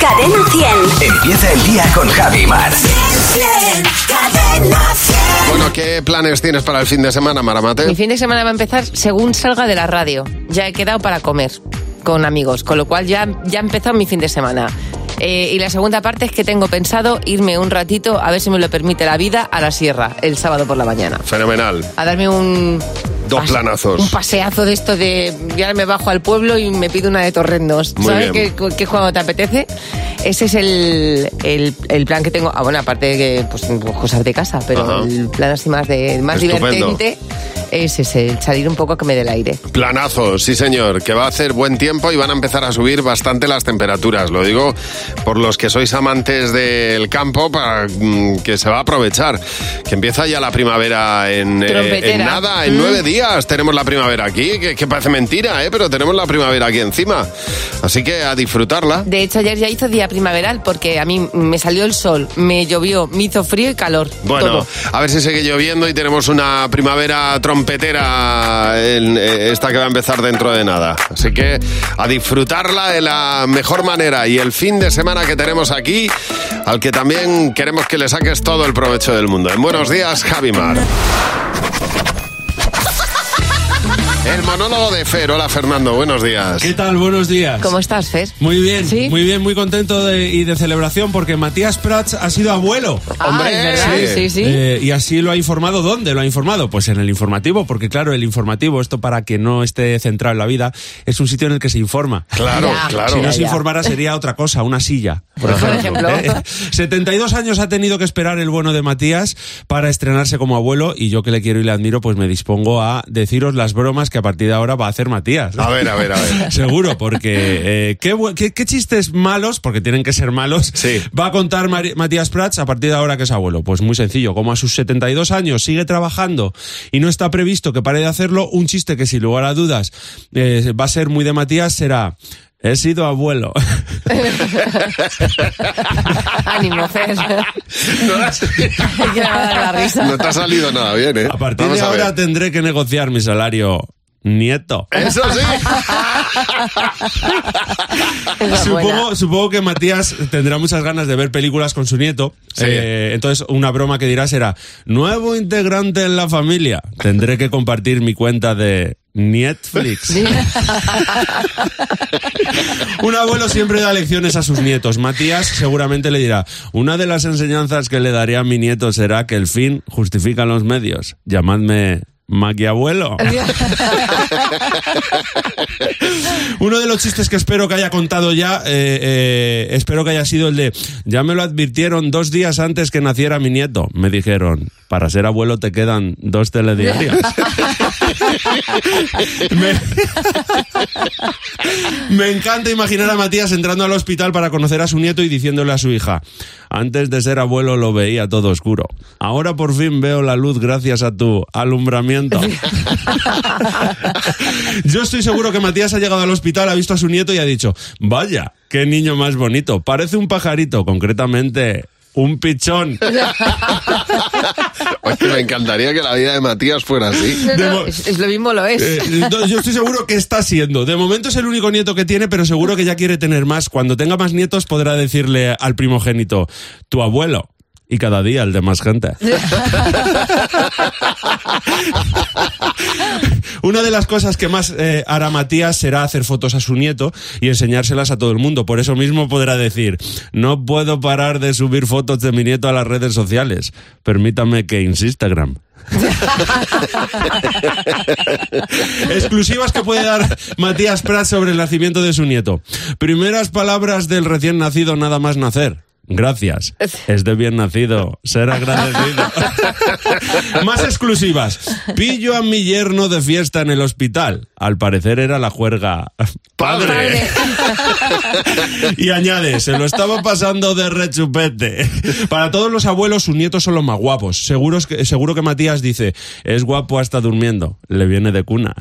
Cadena 100. Empieza el día con Javi Mar. Cadena 100. Bueno, ¿qué planes tienes para el fin de semana, Maramate? Mi fin de semana va a empezar según salga de la radio. Ya he quedado para comer con amigos, con lo cual ya, ya ha empezado mi fin de semana. Eh, y la segunda parte es que tengo pensado irme un ratito, a ver si me lo permite la vida, a la sierra el sábado por la mañana. Fenomenal. A darme un... Dos pas- planazos. Un paseazo de esto de... Ya me bajo al pueblo y me pido una de torrendos. Muy ¿Sabes bien. qué, qué cuando te apetece? Ese es el, el- el plan que tengo. Ah, bueno, aparte de que, pues, cosas de casa, pero Ajá. el plan así más, de, más Estupendo. divertente es ese, el salir un poco que me dé el aire. Planazos, sí señor, que va a hacer buen tiempo y van a empezar a subir bastante las temperaturas. Lo digo por los que sois amantes del campo, para mm, que se va a aprovechar. Que empieza ya la primavera en, eh, Trompetera. en nada, en Mm. nueve días tenemos la primavera aquí, que, que parece mentira, ¿eh? pero tenemos la primavera aquí encima. Así que a disfrutarla. De hecho, ayer ya hizo día primaveral porque a mí me salió el sol, me llovió, me hizo frío y calor. Bueno, todo. a ver si sigue lloviendo y tenemos una primavera trompetera, en, eh, esta que va a empezar dentro de nada. Así que a disfrutarla de la mejor manera y el fin de semana que tenemos aquí, al que también queremos que le saques todo el provecho del mundo. En buenos días, Javi Mar. El monólogo de Fer. Hola, Fernando. Buenos días. ¿Qué tal? Buenos días. ¿Cómo estás, Fer? Muy bien, ¿Sí? muy bien, muy contento de- y de celebración porque Matías Prats ha sido abuelo. Ah, Hombre, es verdad, sí. sí, sí. Eh, y así lo ha informado. ¿Dónde lo ha informado? Pues en el informativo, porque claro, el informativo, esto para que no esté centrado en la vida, es un sitio en el que se informa. Claro, Ya. claro. Si no Ya, se ya. informara sería otra cosa, una silla, por Por ejemplo. ejemplo. ¿eh? 72 años ha tenido que esperar el bueno de Matías para estrenarse como abuelo y yo que le quiero y le admiro, pues me dispongo a deciros las bromas que a partir de ahora va a hacer Matías. A ver, a ver, a ver. Seguro, porque eh, qué, bu- qué- qué chistes malos, porque tienen que ser malos, Sí. va a contar Mari- Matías Prats a partir de ahora que es abuelo. Pues muy sencillo, como a sus 72 años sigue trabajando y no está previsto que pare de hacerlo, un chiste que sin lugar a dudas eh, va a ser muy de Matías será... He sido abuelo. Ánimo, Fer. No, has- Que me va a dar la risa. no te ha salido nada bien, ¿eh? A partir Vamos de a ver. ahora tendré que negociar mi salario nieto. Eso sí. Enhorabuena. Supongo, supongo que Matías tendrá muchas ganas de ver películas con su nieto. Sí. Eh, entonces, una broma que dirá será: Nuevo integrante en la familia. Tendré que compartir mi cuenta de Netflix. Un abuelo siempre da lecciones a sus nietos. Matías seguramente le dirá: Una de las enseñanzas que le daré a mi nieto será que el fin justifica los medios. Llamadme Maquiabuelo. Uno de los chistes que espero que haya contado ya, eh, eh, espero que haya sido el de, ya me lo advirtieron dos días antes que naciera mi nieto. Me dijeron, para ser abuelo te quedan dos telediarios. me, me encanta imaginar a Matías entrando al hospital para conocer a su nieto y diciéndole a su hija, antes de ser abuelo lo veía todo oscuro. Ahora por fin veo la luz gracias a tu alumbramiento. Yo estoy seguro que Matías ha llegado al hospital, ha visto a su nieto y ha dicho, vaya, qué niño más bonito, parece un pajarito, concretamente un pichón. Oye, me encantaría que la vida de Matías fuera así. No, no, Demo- es, es lo mismo, lo es. Eh, entonces, yo estoy seguro que está siendo. De momento es el único nieto que tiene, pero seguro que ya quiere tener más. Cuando tenga más nietos podrá decirle al primogénito, tu abuelo. Y cada día el de más gente. Una de las cosas que más eh, hará Matías será hacer fotos a su nieto y enseñárselas a todo el mundo. Por eso mismo podrá decir, no puedo parar de subir fotos de mi nieto a las redes sociales. Permítame que Instagram. Exclusivas que puede dar Matías Prat sobre el nacimiento de su nieto. Primeras palabras del recién nacido nada más nacer. Gracias. Es de bien nacido. Ser agradecido. Más exclusivas. Pillo a mi yerno de fiesta en el hospital. Al parecer era la juerga. Padre. Y añade, se lo estaba pasando de rechupete. Para todos los abuelos, sus nietos son los más guapos. Seguro que, seguro que Matías dice, es guapo hasta durmiendo, le viene de cuna.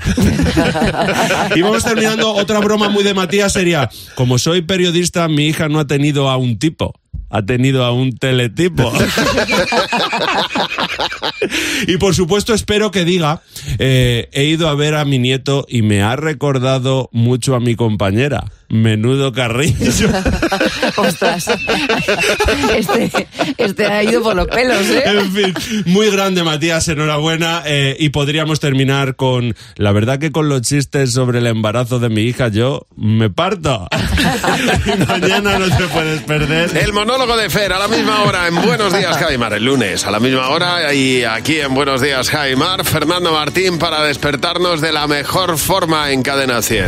y vamos terminando, otra broma muy de Matías sería, como soy periodista, mi hija no ha tenido a un tipo. Ha tenido a un teletipo. y por supuesto espero que diga, eh, he ido a ver a mi nieto y me ha recordado mucho a mi compañera. Menudo carrillo. Ostras. Este, este ha ido por los pelos, ¿eh? En fin, muy grande Matías, enhorabuena. eh, y podríamos terminar con, la verdad que con los chistes sobre el embarazo de mi hija yo me parto. Mañana no te puedes perder. Eh, El monólogo de Fer a la misma hora en Buenos Días Jaimar, el lunes a la misma hora y aquí en Buenos Días Jaimar, Fernando Martín para despertarnos de la mejor forma en Cadena 100.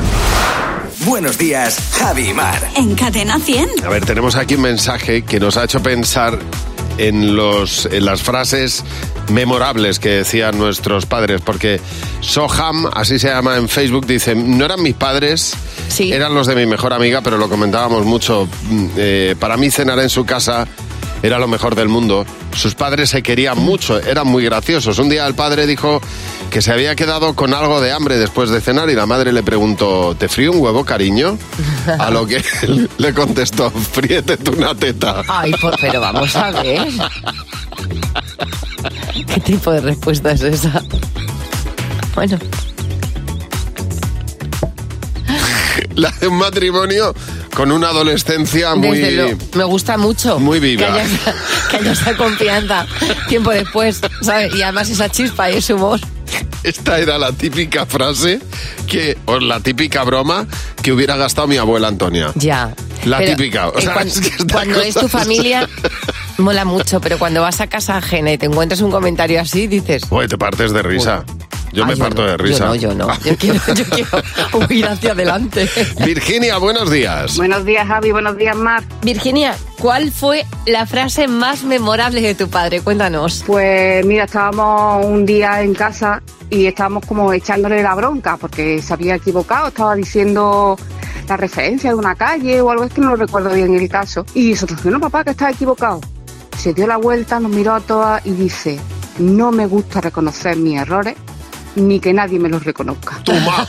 Buenos días, Javi y Mar. En Cadena 100. A ver, tenemos aquí un mensaje que nos ha hecho pensar en, los, en las frases memorables que decían nuestros padres, porque Soham, así se llama en Facebook, dice, no eran mis padres, Sí. eran los de mi mejor amiga, pero lo comentábamos mucho. Mm, eh, para mí cenar en su casa era lo mejor del mundo. Sus padres se querían mucho, eran muy graciosos. Un día el padre dijo que se había quedado con algo de hambre después de cenar y la madre le preguntó, ¿te frío un huevo, cariño? A lo que él le contestó, fríete tú una teta. Ay, por, pero vamos a ver. ¿Qué tipo de respuesta es esa? Bueno, La de un matrimonio con una adolescencia muy... desde lo, me gusta mucho muy viva. que haya, esa- que haya esa confianza tiempo después, ¿sabes? Y además esa chispa y ese humor. Esta era la típica frase que, o la típica broma que hubiera gastado mi abuela Antonia. Ya. La típica, o eh, sea, cuan- es que esta cuando cosa es tu es- familia, mola mucho, pero cuando vas a casa ajena y te encuentras un comentario así, dices. Oye, te partes de risa. Yo "Ah, me parto no, de risa. Yo no, yo no. Yo quiero, yo quiero huir hacia adelante. Virginia, buenos días. Buenos días, Javi. Buenos días, Mar. Virginia, ¿cuál fue la frase más memorable de tu padre? Cuéntanos. Pues mira, estábamos un día en casa y estábamos como echándole la bronca porque se había equivocado, estaba diciendo la referencia de una calle o algo, es que no recuerdo bien el caso. Y nosotros, no, papá, que estaba equivocado. Se dio la vuelta, nos miró a todas y dice, no me gusta reconocer mis errores ni que nadie me los reconozca. Toma.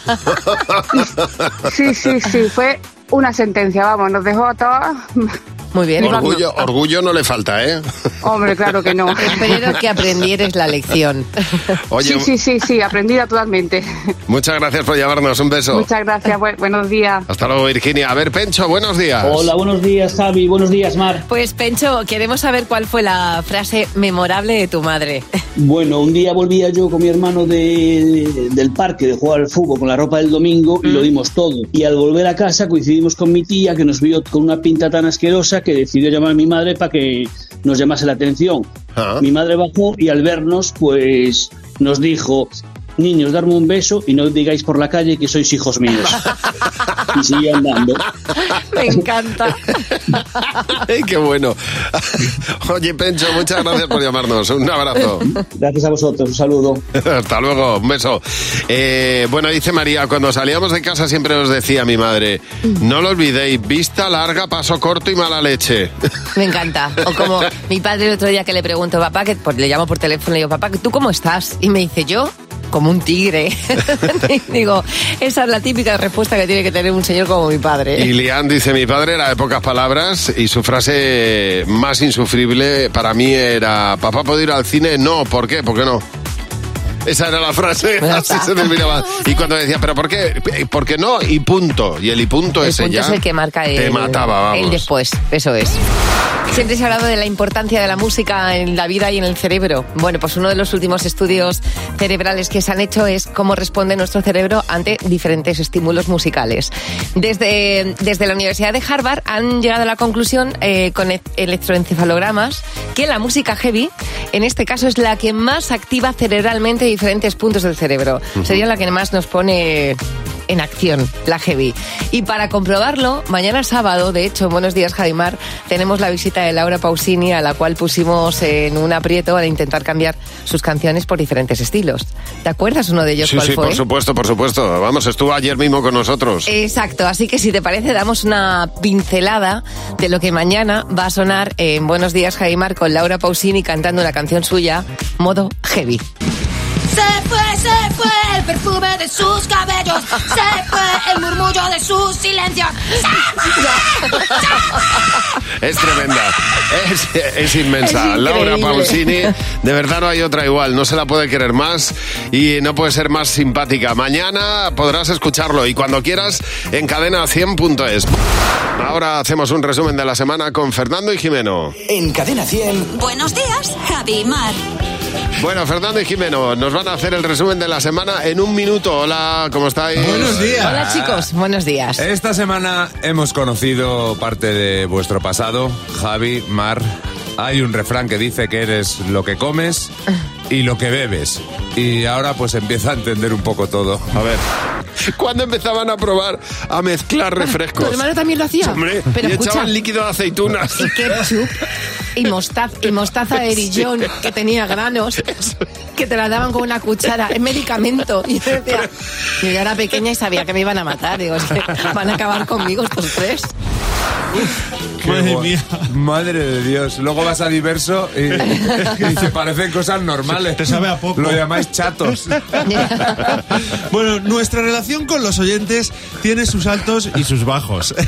Sí, sí, sí, fue una sentencia, vamos, nos dejó a todas. Muy bien. orgullo, orgullo no le falta, ¿eh? Hombre, claro que no. Espero que aprendieres la lección. Oye, Sí, sí, sí, sí, aprendida totalmente. muchas gracias por llamarnos. Un beso. Muchas gracias, bu- buenos días. Hasta luego, Virginia. A ver, Pencho, buenos días. Hola, buenos días, Javi. Buenos días, Mar. Pues, Pencho, queremos saber cuál fue la frase memorable de tu madre. Bueno, un día volvía yo con mi hermano de- del parque de jugar al fútbol con la ropa del domingo y lo dimos todo. Y al volver a casa coincidimos con mi tía que nos vio con una pinta tan asquerosa que decidió llamar a mi madre para que nos llamase la atención. Ah. Mi madre bajó y al vernos, pues nos dijo. Niños, darme un beso y no digáis por la calle que sois hijos míos. y siguió andando. Me encanta. Ay, qué bueno. Oye, Pencho, muchas gracias por llamarnos. Un abrazo. Gracias a vosotros, un saludo. Hasta luego, un beso. Eh, bueno, dice María, cuando salíamos de casa siempre nos decía mi madre, no lo olvidéis, vista larga, paso corto y mala leche. Me encanta. O como mi padre el otro día que le pregunto, papá, que por- le llamo por teléfono y le digo, papá, ¿tú cómo estás? Y me dice, yo, como un tigre. Y digo, esa es la típica respuesta que tiene que tener un señor como mi padre. Y Lian dice, mi padre era de pocas palabras y su frase más insufrible para mí era, papá, ¿puedo ir al cine? No, ¿por qué? ¿Por qué no? Esa era la frase, Pues Ya así está. se terminaba. Y cuando decía, ¿pero por qué? ¿Por qué no? Y punto. Y el y punto el ese punto ya es el que marca el, te mataba, vamos. el después, eso es. Siempre se ha hablado de la importancia de la música en la vida y en el cerebro. Bueno, pues uno de los últimos estudios cerebrales que se han hecho es cómo responde nuestro cerebro ante diferentes estímulos musicales. Desde, desde la Universidad de Harvard han llegado a la conclusión eh, con e- electroencefalogramas que la música heavy, en este caso, es la que más activa cerebralmente diferentes puntos del cerebro. Sería la que más nos pone en acción, la Heavy. Y para comprobarlo, mañana sábado, de hecho, en Buenos Días Jaimar, tenemos la visita de Laura Pausini, a la cual pusimos en un aprieto al intentar cambiar sus canciones por diferentes estilos. ¿Te acuerdas uno de ellos Sí, cuál sí, fue? por supuesto, por supuesto. Vamos, estuvo ayer mismo con nosotros. Exacto, así que si te parece damos una pincelada de lo que mañana va a sonar en Buenos Días Jaimar con Laura Pausini cantando una canción suya, modo heavy. Se fue, se fue el perfume de sus cabellos. Se fue el murmullo de sus silencios. Se fue. es tremenda. Es, es inmensa. Es Laura increíble. Pausini, de verdad no hay otra igual. No se la puede querer más y no puede ser más simpática. Mañana podrás escucharlo y cuando quieras en cadena100.es. Ahora hacemos un resumen de la semana con Fernando y Jimeno. En Cadena 100. Buenos días, Javi y Mar. Bueno, Fernando y Jimeno, nos van a hacer el resumen de la semana en un minuto. Hola, ¿cómo estáis? Buenos días. Hola Ah. chicos, buenos días. Eh, Esta semana hemos conocido parte de vuestro pasado, Javi, Mar. Hay un refrán que dice que eres lo que comes y lo que bebes. Y ahora pues empieza a entender un poco todo. A ver. ¿Cuándo empezaban a probar a mezclar ¿Tu refrescos? hermano también lo hacía? Hombre, pues Pero y escucha, echaban líquido de aceitunas. y ketchup, y mostaza, y mostaza de erillón, que tenía granos, que te la daban con una cuchara, es medicamento. Y yo decía, yo ya era pequeña y sabía que me iban a matar. Digo, es que van a acabar conmigo estos tres. Qué Madre guay. mía. Madre de Dios. Luego vas a diverso y, y dice, parecen cosas normales. Te sabe a poco. Lo llamáis chatos. Bueno, nuestra relación con los oyentes tiene sus altos y sus bajos.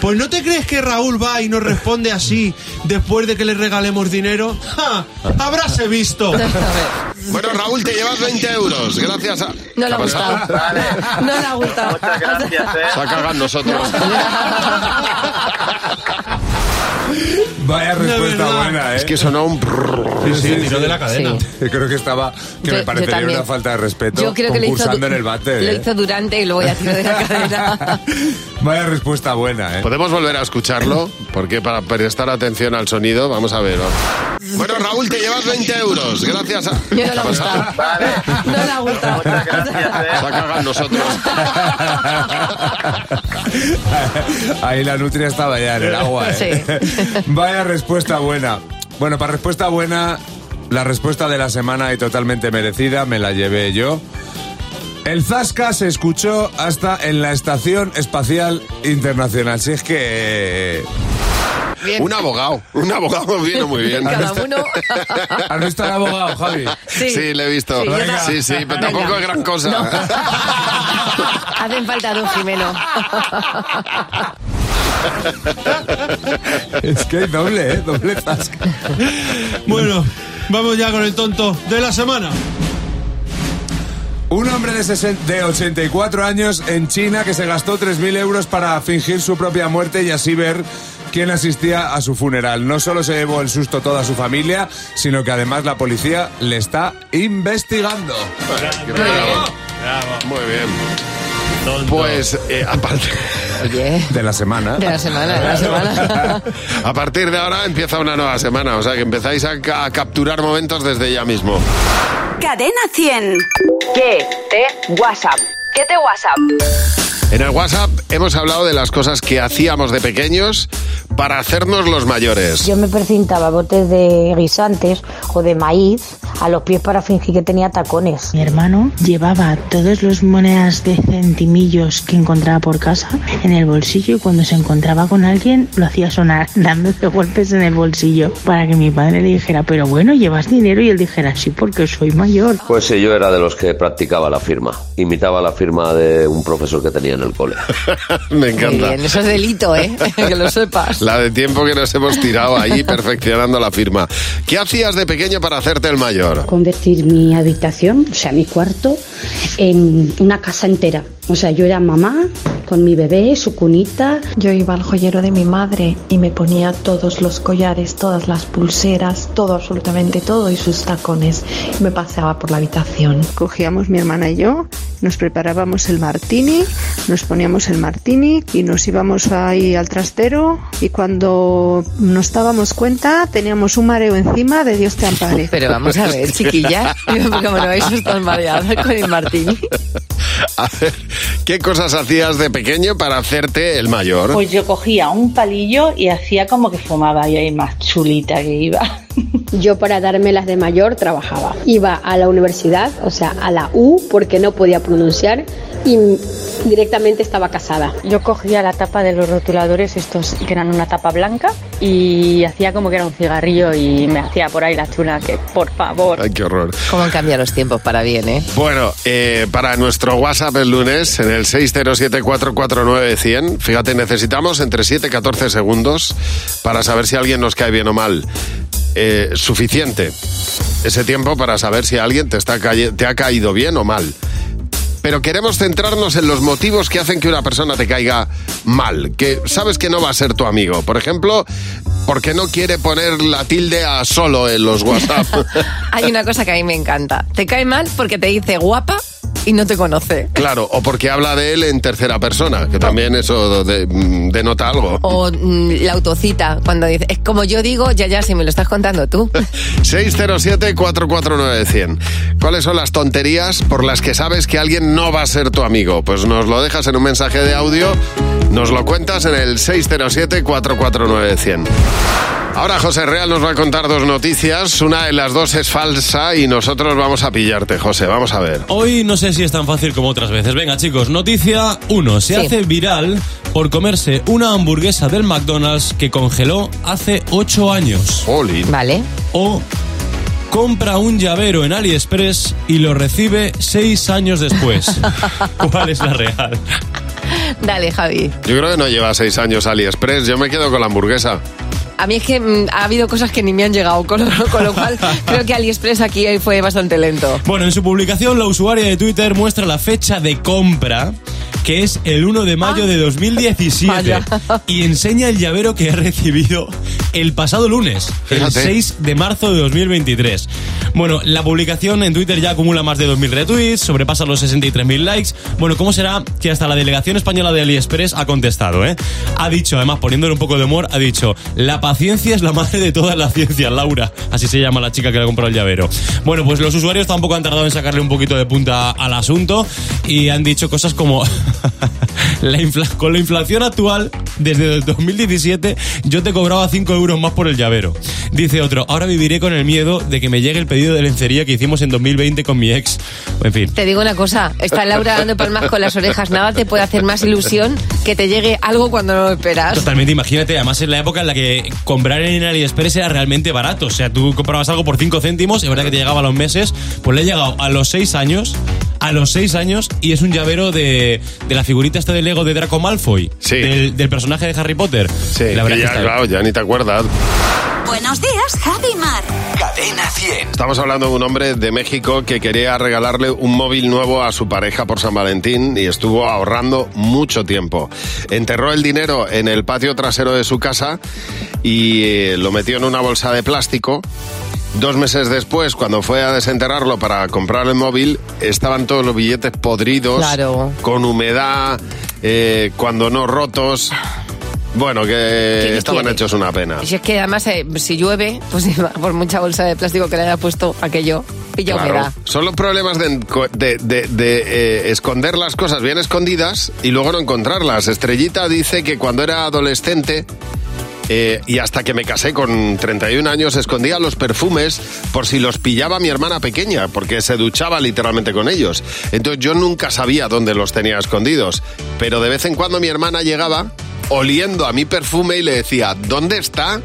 Pues ¿no te crees que Raúl va y nos responde así después de que le regalemos dinero? ¡Ja! ¡Habráse visto! Bueno, Raúl, te llevas 20 euros. Gracias a... Pues No le ha ¿Qué pasa? gustado. No le ha gustado. Muchas gracias, eh. Se cagan nosotros. Vaya respuesta verdad. buena, ¿eh? Es que sonó un... prrrr. Sí, sí, tiró de la cadena. Sí. Yo creo que estaba, que Yo- me yo parecería también. una falta de respeto. Yo creo que lo hizo, concursando en du- el váter. lo ¿eh? hizo durante y luego ya tiró de la cadena. Vaya respuesta buena, ¿eh? Podemos volver a escucharlo, porque para prestar atención al sonido, vamos a ver. vamos. Bueno, Raúl, te llevas 20 euros. Gracias a... Yo no le ¿Qué ha pasa? gustado. No le ha gustado. Muchas gracias, eh. Se cagan nosotros. Ahí la nutria estaba ya en el agua, ¿eh? Sí. Vaya respuesta buena. Bueno, para respuesta buena, la respuesta de la semana y totalmente merecida me la llevé yo. El Zasca se escuchó hasta en la Estación Espacial Internacional. Si es que... Bien. Un abogado. Un abogado viene muy bien. Cada uno. ¿Has visto al abogado, Javi? Sí, le he visto. Sí, yo ta- Sí, sí, pero tampoco Venga. es gran cosa. Hacen falta dos, Jimeno. Es que hay doble, ¿eh? Doble Zasca. Bueno, vamos ya con el tonto de la semana. Un hombre de, 60 de 84 años en China que se gastó 3.000 euros para fingir su propia muerte y así ver quién asistía a su funeral. No solo se llevó el susto toda su familia, sino que además la policía le está investigando. Qué bravo. Muy bien. Pues eh, a, partir, Oye, De la semana. de la semana, de la semana. a partir de ahora empieza una nueva semana, o sea que empezáis a, ca- a capturar momentos desde ya mismo. Cadena 100. ¿Qué te WhatsApp? ¿Qué te WhatsApp? En el WhatsApp hemos hablado de las cosas que hacíamos de pequeños para hacernos los mayores. Yo me precintaba botes de guisantes o de maíz a los pies para fingir que tenía tacones. Mi hermano llevaba todas las monedas de centimillos que encontraba por casa en el bolsillo y cuando se encontraba con alguien lo hacía sonar dándose golpes en el bolsillo para que mi padre le dijera, pero bueno, llevas dinero y él dijera, sí, porque soy mayor. Pues sí, yo era de los que practicaba la firma. Imitaba la firma de un profesor que tenía en el cole. Me Muy encanta. bien, eso es delito, ¿eh? Que lo sepas. La de tiempo que nos hemos tirado ahí perfeccionando la firma. ¿Qué hacías de pequeño para hacerte el mayor? Convertir mi habitación, o sea, mi cuarto, en una casa entera. O sea, yo era mamá con mi bebé, su cunita. Yo iba al joyero de mi madre y me ponía todos los collares, todas las pulseras, todo, absolutamente todo y sus tacones. Y me paseaba por la habitación. Cogíamos mi hermana y yo, nos preparábamos el martini, nos poníamos el martini y nos íbamos ahí al trastero y cuando nos dábamos cuenta teníamos un mareo encima de Dios te ampare. Pero vamos a ver, chiquilla, como no vais a estar mareada con el martini. A ver, ¿qué cosas hacías de pequeño para hacerte el mayor? Pues yo cogía un palillo y hacía como que fumaba y ahí más chulita que iba. Yo para darme las de mayor trabajaba. Iba a la universidad, o sea, a la U, porque no podía pronunciar y directamente estaba casada. Yo cogía la tapa de los rotuladores, estos que eran una tapa blanca, y hacía como que era un cigarrillo y me hacía por ahí la chula, que por favor. Ay, qué horror. ¿Cómo han cambiado los tiempos para bien, eh? Bueno, eh, para nuestro WhatsApp el lunes, en el 607-449-100, fíjate, necesitamos entre 7 y 14 segundos para saber si alguien nos cae bien o mal. Eh, suficiente ese tiempo para saber si alguien te, está calle- te ha caído bien o mal. Pero queremos centrarnos en los motivos que hacen que una persona te caiga mal, que sabes que no va a ser tu amigo. Por ejemplo, porque no quiere poner la tilde a solo en los WhatsApp. Hay una cosa que a mí me encanta. Te cae mal porque te dice guapa y no te conoce. Claro, o porque habla de él en tercera persona, que también eso de- mm, denota algo. O mm, la autocita, cuando dice, es como yo digo, ya, ya, si me lo estás contando tú. 607-449-100. ¿Cuáles son las tonterías por las que sabes que alguien no va a ser tu amigo? Pues nos lo dejas en un mensaje de audio, nos lo cuentas en el 607-449-100. Ahora José Real nos va a contar dos noticias. Una de las dos es falsa y nosotros vamos a pillarte, José. Vamos a ver. Hoy no sé si es tan fácil como otras veces. Venga, chicos, noticia 1. Se Sí. hace viral por comerse una hamburguesa del McDonald's que congeló hace 8 años. Vale. O compra un llavero en AliExpress y lo recibe 6 años después. ¿Cuál es la real? Dale, Javi. Yo creo que no lleva seis años AliExpress. Yo me quedo con la hamburguesa. A mí es que mm, ha habido cosas que ni me han llegado, con lo, con lo cual creo que AliExpress aquí hoy fue bastante lento. Bueno, en su publicación la usuaria de Twitter muestra la fecha de compra que es el 1 de mayo de 2017 y enseña el llavero que ha recibido el pasado lunes, el Fíjate. 6 de marzo de 2023. Bueno, la publicación en Twitter ya acumula más de 2.000 retweets, sobrepasa los 63.000 likes. Bueno, ¿cómo será que hasta la delegación española de AliExpress ha contestado, eh? Ha dicho, además poniéndole un poco de humor, ha dicho, la paciencia es la madre de todas las ciencias, Laura. Así se llama la chica que le ha comprado el llavero. Bueno, pues los usuarios tampoco han tardado en sacarle un poquito de punta al asunto y han dicho cosas como... La infla- con la inflación actual, desde el 2017, yo te cobraba 5 euros más por el llavero. Dice otro, ahora viviré con el miedo de que me llegue el pedido de lencería que hicimos en 2020 con mi ex. En fin. Te digo una cosa, está Laura dando palmas con las orejas. Nada te puede hacer más ilusión que te llegue algo cuando no lo esperas. Totalmente, imagínate, además en la época en la que comprar en AliExpress era realmente barato. O sea, tú comprabas algo por 5 céntimos, es verdad que te llegaba a los meses, pues le ha llegado a los 6 años, a los 6 años, y es un llavero de, de la figurita esta de Lego de Draco Malfoy, del, del personaje de Harry Potter. Sí, la verdad Que que ya, está bien. claro, ya ni te acuerdas. Buenos días, Javi Mar. Cadena 100. Estamos hablando de un hombre de México que quería regalarle un móvil nuevo a su pareja por San Valentín y estuvo ahorrando mucho tiempo. Enterró el dinero en el patio trasero de su casa y eh, lo metió en una bolsa de plástico. Dos meses después, cuando fue a desenterrarlo para comprar el móvil, estaban todos los billetes podridos, Claro. con humedad, eh, cuando no rotos. Bueno, que estaban quiere? hechos una pena. Si es que además, eh, si llueve, pues por mucha bolsa de plástico que le haya puesto aquello, pilla Claro. humedad. Son los problemas de, enco- de- de- de, eh, esconder las cosas bien escondidas y luego no encontrarlas. Estrellita dice que cuando era adolescente eh, y hasta que me casé con 31 años escondía los perfumes por si los pillaba mi hermana pequeña, porque se duchaba literalmente con ellos. Entonces yo nunca sabía dónde los tenía escondidos, pero de vez en cuando mi hermana llegaba oliendo a mi perfume y le decía, ¿dónde está?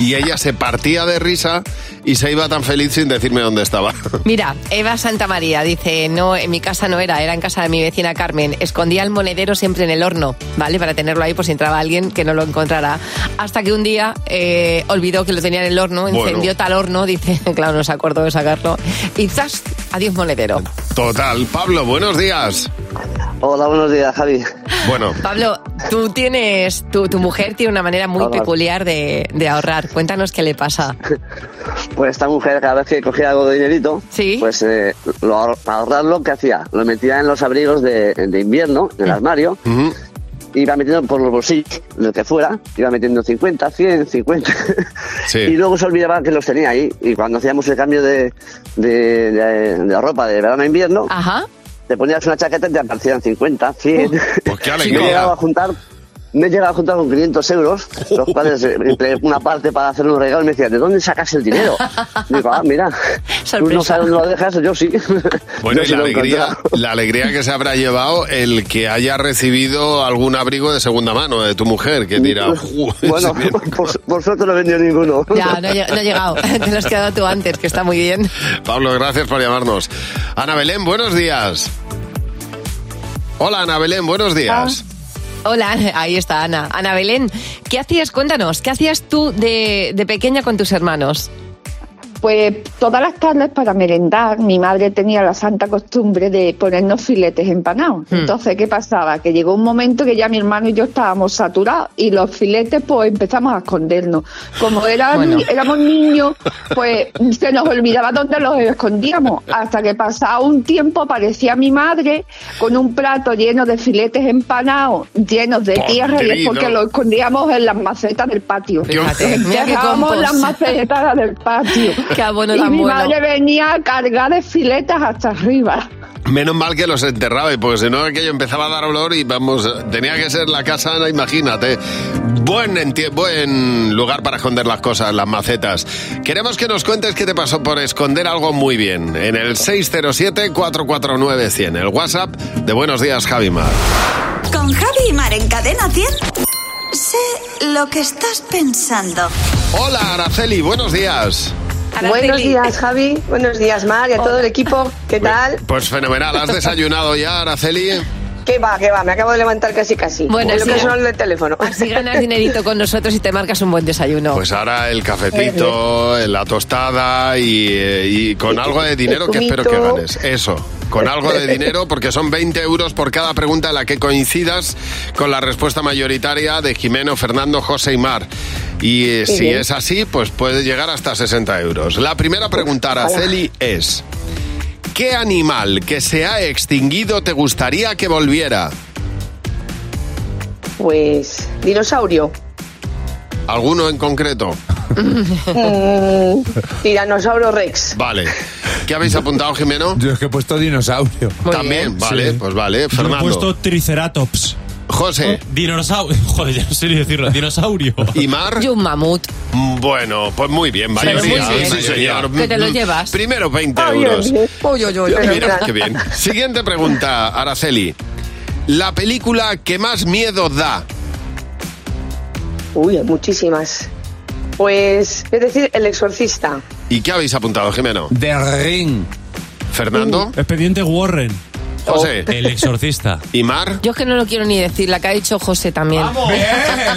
Y ella se partía de risa y se iba tan feliz sin decirme dónde estaba. Mira, Eva Santa María dice, no, en mi casa no era, era en casa de mi vecina Carmen. Escondía el monedero siempre en el horno, ¿vale? Para tenerlo ahí por si entraba alguien que no lo encontrara. Hasta que un día eh, olvidó que lo tenía en el horno, Bueno. encendió tal horno, dice, claro, no se acordó de sacarlo. Y ¡zas! Adiós monedero. Total. Pablo, buenos días. Hola, buenos días, Javi. Bueno, Pablo, tú tienes, tu, tu mujer tiene una manera muy Ahorrar. peculiar de, de ahorrar. Cuéntanos qué le pasa. Pues esta mujer, cada vez que cogía algo de dinerito, pues eh, lo ahor- para ahorrarlo, ¿qué hacía? Lo metía en los abrigos de, de invierno, en el armario, iba metiendo por los bolsillos, lo que fuera, iba metiendo 50, 100, 50. Y luego se olvidaba que los tenía ahí. Y cuando hacíamos el cambio de, de, de- de la ropa de verano a invierno, Ah. te ponías una chaqueta y te aparecían 50, 100. Pues qué Yo alegría. llegaba a juntar me he llegado a juntar con 500 euros, los cuales eh, empleé una parte para hacer un regalo y me decía, ¿de dónde sacas el dinero? Digo, ah, mira, tú no sabes dónde lo dejas, yo sí. Bueno, Yo y sí la lo he alegría, encontrado. la alegría que se habrá llevado el que haya recibido algún abrigo de segunda mano de tu mujer, que dirá, "Uy, Bueno, bien". por, por suerte no he vendido ninguno. Ya, no he, lleg- no he llegado. Te lo has quedado tú antes, que está muy bien. Pablo, gracias por llamarnos. Ana Belén, buenos días. Hola, Ana Belén, buenos días. Hola, ahí está Ana. Ana Belén, ¿qué hacías? Cuéntanos, ¿qué hacías tú de, de pequeña con tus hermanos? Pues todas las tardes para merendar, mi madre tenía la santa costumbre de ponernos filetes empanados. Hmm. Entonces, ¿qué pasaba? Que llegó un momento que ya mi hermano y yo estábamos saturados y los filetes pues empezamos a escondernos. Como eran- Bueno. éramos niños, pues se nos olvidaba dónde los escondíamos. Hasta que pasaba un tiempo aparecía mi madre con un plato lleno de filetes empanados, llenos de tierra, y es Podrido. porque los escondíamos en las macetas del patio. Fíjate, mira qué Dejábamos compost. las macetas del patio. Qué abono y tan mi bueno. madre venía cargada de filetas hasta arriba. Menos mal que los enterraba, porque si no aquello empezaba a dar olor y vamos, tenía que ser la casa, Ana, imagínate. Buen, enti- buen lugar para esconder las cosas, las macetas. Queremos que nos cuentes qué te pasó por esconder algo muy bien. En el 607-449-100, el WhatsApp de Buenos Días, Javimar. Con Javi y Mar en Cadena 100. Sé lo que estás pensando. Hola, Araceli, buenos días. Buenos días, Javi. Buenos días, Mar, y a todo el equipo. ¿Qué tal? Pues fenomenal, ¿has desayunado ya, Araceli? ¿Qué va, qué va? Me acabo de levantar casi casi. Bueno, De lo sí. que son el teléfono. Así ganas dinerito con nosotros y te marcas un buen desayuno. Pues ahora el cafecito, Eh, la tostada y, eh, y con algo de dinero que espero que Zumito. ganes. Eso, con algo de dinero porque son 20 euros por cada pregunta en la que coincidas con la respuesta mayoritaria de Jimeno, Fernando, José y Mar. Y eh, Muy si bien. es así, pues puede llegar hasta 60 euros. La primera pregunta, Araceli, es... ¿Qué animal que se ha extinguido te gustaría que volviera? Pues, dinosaurio. ¿Alguno en concreto? Mm, Tiranosaurio Rex. Vale. ¿Qué habéis apuntado, Jimeno? Yo es que he puesto dinosaurio. También, vale, Sí. pues vale. Yo Fernando. he puesto Triceratops. José. Dinosaurio. Joder, ya no sé ni decirlo. Dinosaurio. ¿Y Mar? Yo un mamut. Bueno, pues muy bien, Pero mayoría. muy bien. sí, señor. Que te lo Mm, llevas. Primero 20 euros. Uy, uy, uy. Mira, qué bien. Siguiente pregunta, Araceli. La película que más miedo da. Uy, hay muchísimas. Pues, es decir, el exorcista. ¿Y qué habéis apuntado, Jimeno? The Ring. Fernando. Expediente Warren. Uh, oh, José. El exorcista. ¿Y Mar? Yo es que no lo quiero ni decir, la que ha dicho José también.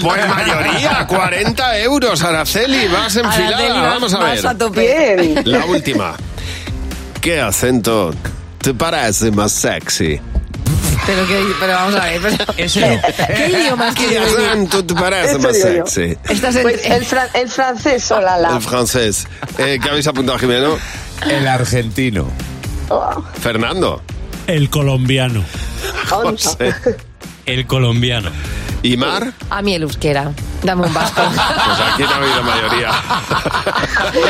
Pues mayoría, 40 euros, Araceli. Vas enfilada. Araceli, vas- Vamos a ver. vas a tope. Bien. La última. ¿Qué acento te parece más sexy? Pero, que, pero vamos a ver. Pero, ¿Qué idioma has ¿Qué querido decir? acento te parece más Eso digo yo. sexy? Pues el, fra- el francés o la la. El francés. Eh, ¿Qué habéis apuntado, Jimeno? El argentino. Fernando. El colombiano. José. El colombiano. ¿Y Mar? A mí el euskera. Dame un vasco. Pues aquí no ha habido mayoría.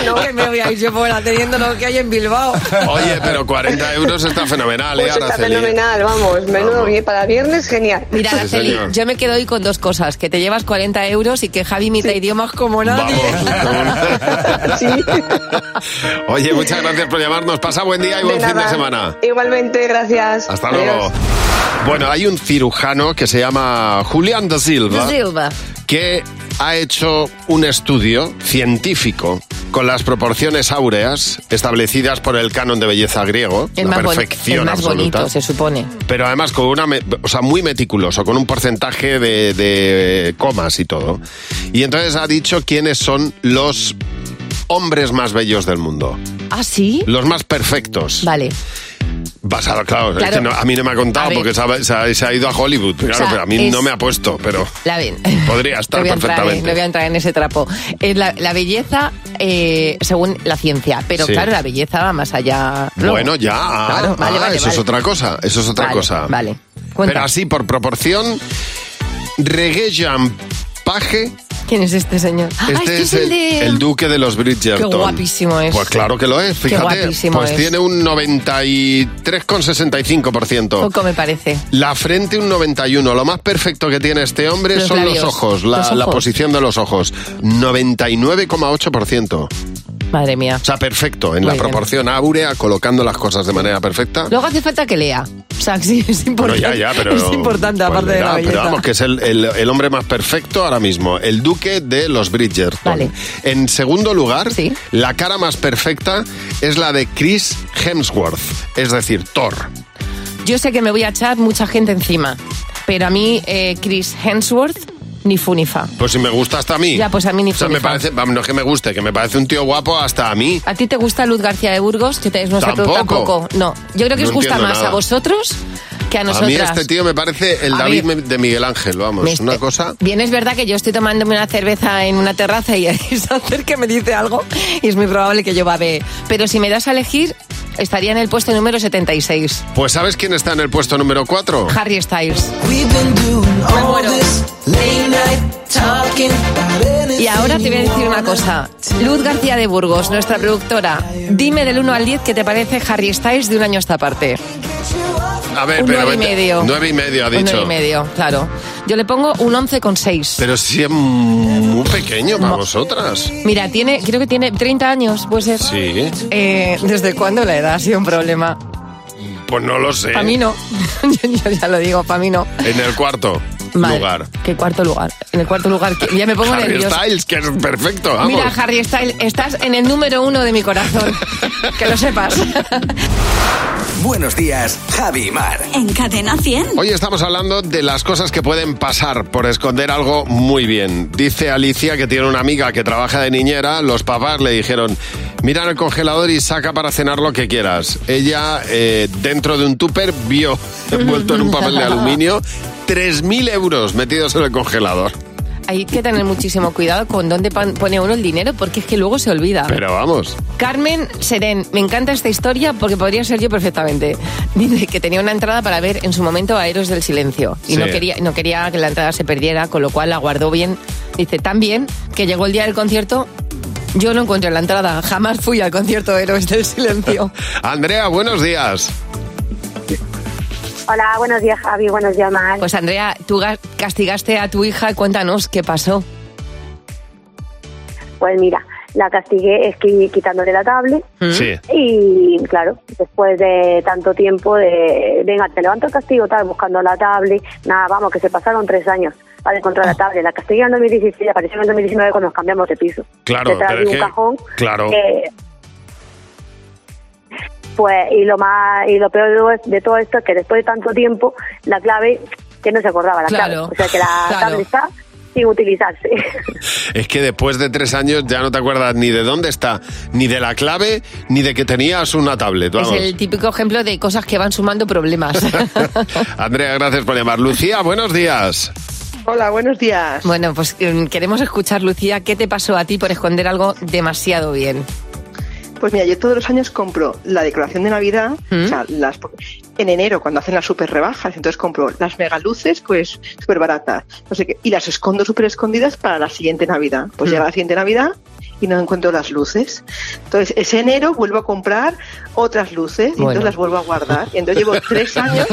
no, que me voy a ir yo fuera teniendo lo que hay en Bilbao. Oye, pero 40 euros está fenomenal, ¿eh, Pues está Araceli? fenomenal, vamos. Menudo bien para viernes, genial. Mira, Sí, Araceli, señor. yo me quedo hoy con dos cosas. Que te llevas 40 euros y que Javi imita idiomas como nadie. Oye, muchas gracias por llamarnos. Pasa buen día y buen fin de nada. semana. Igualmente, gracias. Hasta Adiós. luego. Bueno, hay un cirujano que se llama Julián da Silva. Silva. que ha hecho un estudio científico con las proporciones áureas establecidas por el canon de belleza griego, Es la más, boni- perfección es más absoluta. bonito, se supone. Pero además con una, me- o sea, muy meticuloso, con un porcentaje de, de comas y todo. Y entonces ha dicho quiénes son los hombres más bellos del mundo, ¿Ah, sí? los más perfectos. Vale. Basado, claro, es Claro. que no- a mí no me ha A contado ver. porque se ha, se ha- se ha ido a Hollywood, claro, O sea, pero a mí es- no me ha puesto, pero La ven. podría estar No voy, a entrar, eh, perfectamente. no voy a entrar en ese trapo. Es la, la belleza eh, según la ciencia, pero Sí. claro, la belleza va más allá. luego. Bueno, ya. ah, Claro, vale, ah, vale, eso es vale. otra cosa. Eso es otra Vale, cosa. Vale. Pero así, por proporción, Reguejan Paje ¿Quién es este señor? Ah, Este este es el, de- el duque de los Bridgerton. Qué guapísimo es. Pues claro que lo es, Qué fíjate. guapísimo pues es. tiene un 93,65%. Poco me parece. La frente un 91. Lo más perfecto que tiene este hombre Los son labios. los ojos, la, Los la ojos. posición de los ojos. 99,8%. Madre mía. O sea, perfecto, en Muy la bien. proporción áurea, colocando las cosas de manera perfecta. Luego hace falta que lea. O sea, sí, es Bueno, importante. ya, ya, pero... Es importante, pues aparte de verá, la belleza. Pero vamos, que es el, el- el hombre más perfecto ahora mismo, el duque de los Bridgerton. En segundo lugar, la cara más perfecta es la de Chris Hemsworth, es decir, Thor. Yo sé que me voy a echar mucha gente encima, pero a mí eh, Chris Hemsworth ni fu ni fa. Pues si me gusta hasta a mí. Ya, pues a mí ni O sea, fu ni me fa. parece, vamos, no es que me guste, que me parece un tío guapo hasta a mí. ¿A ti te gusta Luz García de Burgos? Que tenéis nosotros Tampoco. tampoco. No, yo creo que No os gusta entiendo más nada. a vosotros que a A mí nosotras. este tío me parece el A David mí- de Miguel Ángel, vamos, Me este- una cosa... Bien, es verdad que yo estoy tomándome una cerveza en una terraza y Sancer que me dice algo y es muy probable que yo babe. Pero si me das a elegir, estaría en el puesto número 76, Pues ¿sabes quién está en el puesto número 4? Harry Styles. Me muero. Y ahora te voy a decir una cosa. Luz García de Burgos, nuestra productora, dime del 1 al 10 qué te parece Harry Styles de un año a esta parte. A ver, un pero... 9 y vente- medio. Nueve y medio, ha Un dicho. nueve y medio, claro. Yo le pongo un 11,6. Pero si es muy pequeño para vosotras. Mira, tiene, creo que tiene 30 años, puede ser. Sí. Eh, ¿Desde cuándo la edad ha sido un problema? Pues no lo sé. Para mí no. yo, yo ya lo digo, para mí no. En el cuarto Madre, lugar. ¿Qué cuarto lugar? En el cuarto lugar. que- Ya me pongo Harry nerviosa. Styles, que es perfecto, vamos. Mira, Harry Styles, estás en el número uno de mi corazón. que lo sepas. Buenos días, Javi y Mar. En Cadena 100. Hoy estamos hablando de las cosas que pueden pasar por esconder algo muy bien. Dice Alicia que tiene una amiga que trabaja de niñera, los papás le dijeron, mira en el congelador y saca para cenar lo que quieras. Ella, eh, dentro de un tupper, vio envuelto en un papel de aluminio 3.000 euros metidos en el congelador. Hay que tener muchísimo cuidado con dónde pan- pone uno el dinero, porque es que luego se olvida. Pero vamos. Carmen Serén, me encanta esta historia porque podría ser yo perfectamente. Dice que tenía una entrada para ver en su momento a Héroes del Silencio y Sí. no, quería, no quería que la entrada se perdiera, con lo cual la guardó bien. Dice, tan bien que llegó el día del concierto, yo no encontré la entrada, jamás fui al concierto de Héroes del Silencio. Andrea, buenos días. Hola, buenos días Javi, buenos días Mar. Pues Andrea, tú ga- castigaste a tu hija, cuéntanos qué pasó. Pues mira, la castigué es que quitándole la tablet ¿Mm? Sí. y claro, después Pues de tanto tiempo de, venga, te levanto el castigo, tal, buscando la tablet, nada, vamos, que se pasaron tres años para encontrar Ah. la tablet. La castigué en 2016 y apareció en 2019 cuando nos cambiamos de piso. Claro, Detrás pero de es un que- cajón. claro. eh, pues y lo más y lo peor de, de todo esto es que después de tanto tiempo la clave que no se acordaba la clave, Ah, Claro, o sea que la claro. tablet está sin utilizarse. Es que después de tres años ya no te acuerdas ni de dónde está, ni de la clave, ni de que tenías una tablet. Vamos. Es el típico ejemplo de cosas que van sumando problemas. Andrea, gracias por llamar. Lucía, buenos días. Hola, buenos días. Bueno, pues eh, queremos escuchar, Lucía, ¿qué te pasó a ti por esconder algo demasiado bien? Pues mira, yo todos los años compro la decoración de Navidad, ¿Mm? o sea, las, en enero cuando hacen las super rebajas, entonces compro las megaluces, pues súper baratas, no sé qué, y las escondo súper escondidas para la siguiente Navidad. Hmm. Pues llega la siguiente Navidad y no encuentro las luces. Entonces ese enero vuelvo a comprar otras luces y Bueno. entonces las vuelvo a guardar. Y entonces llevo tres años,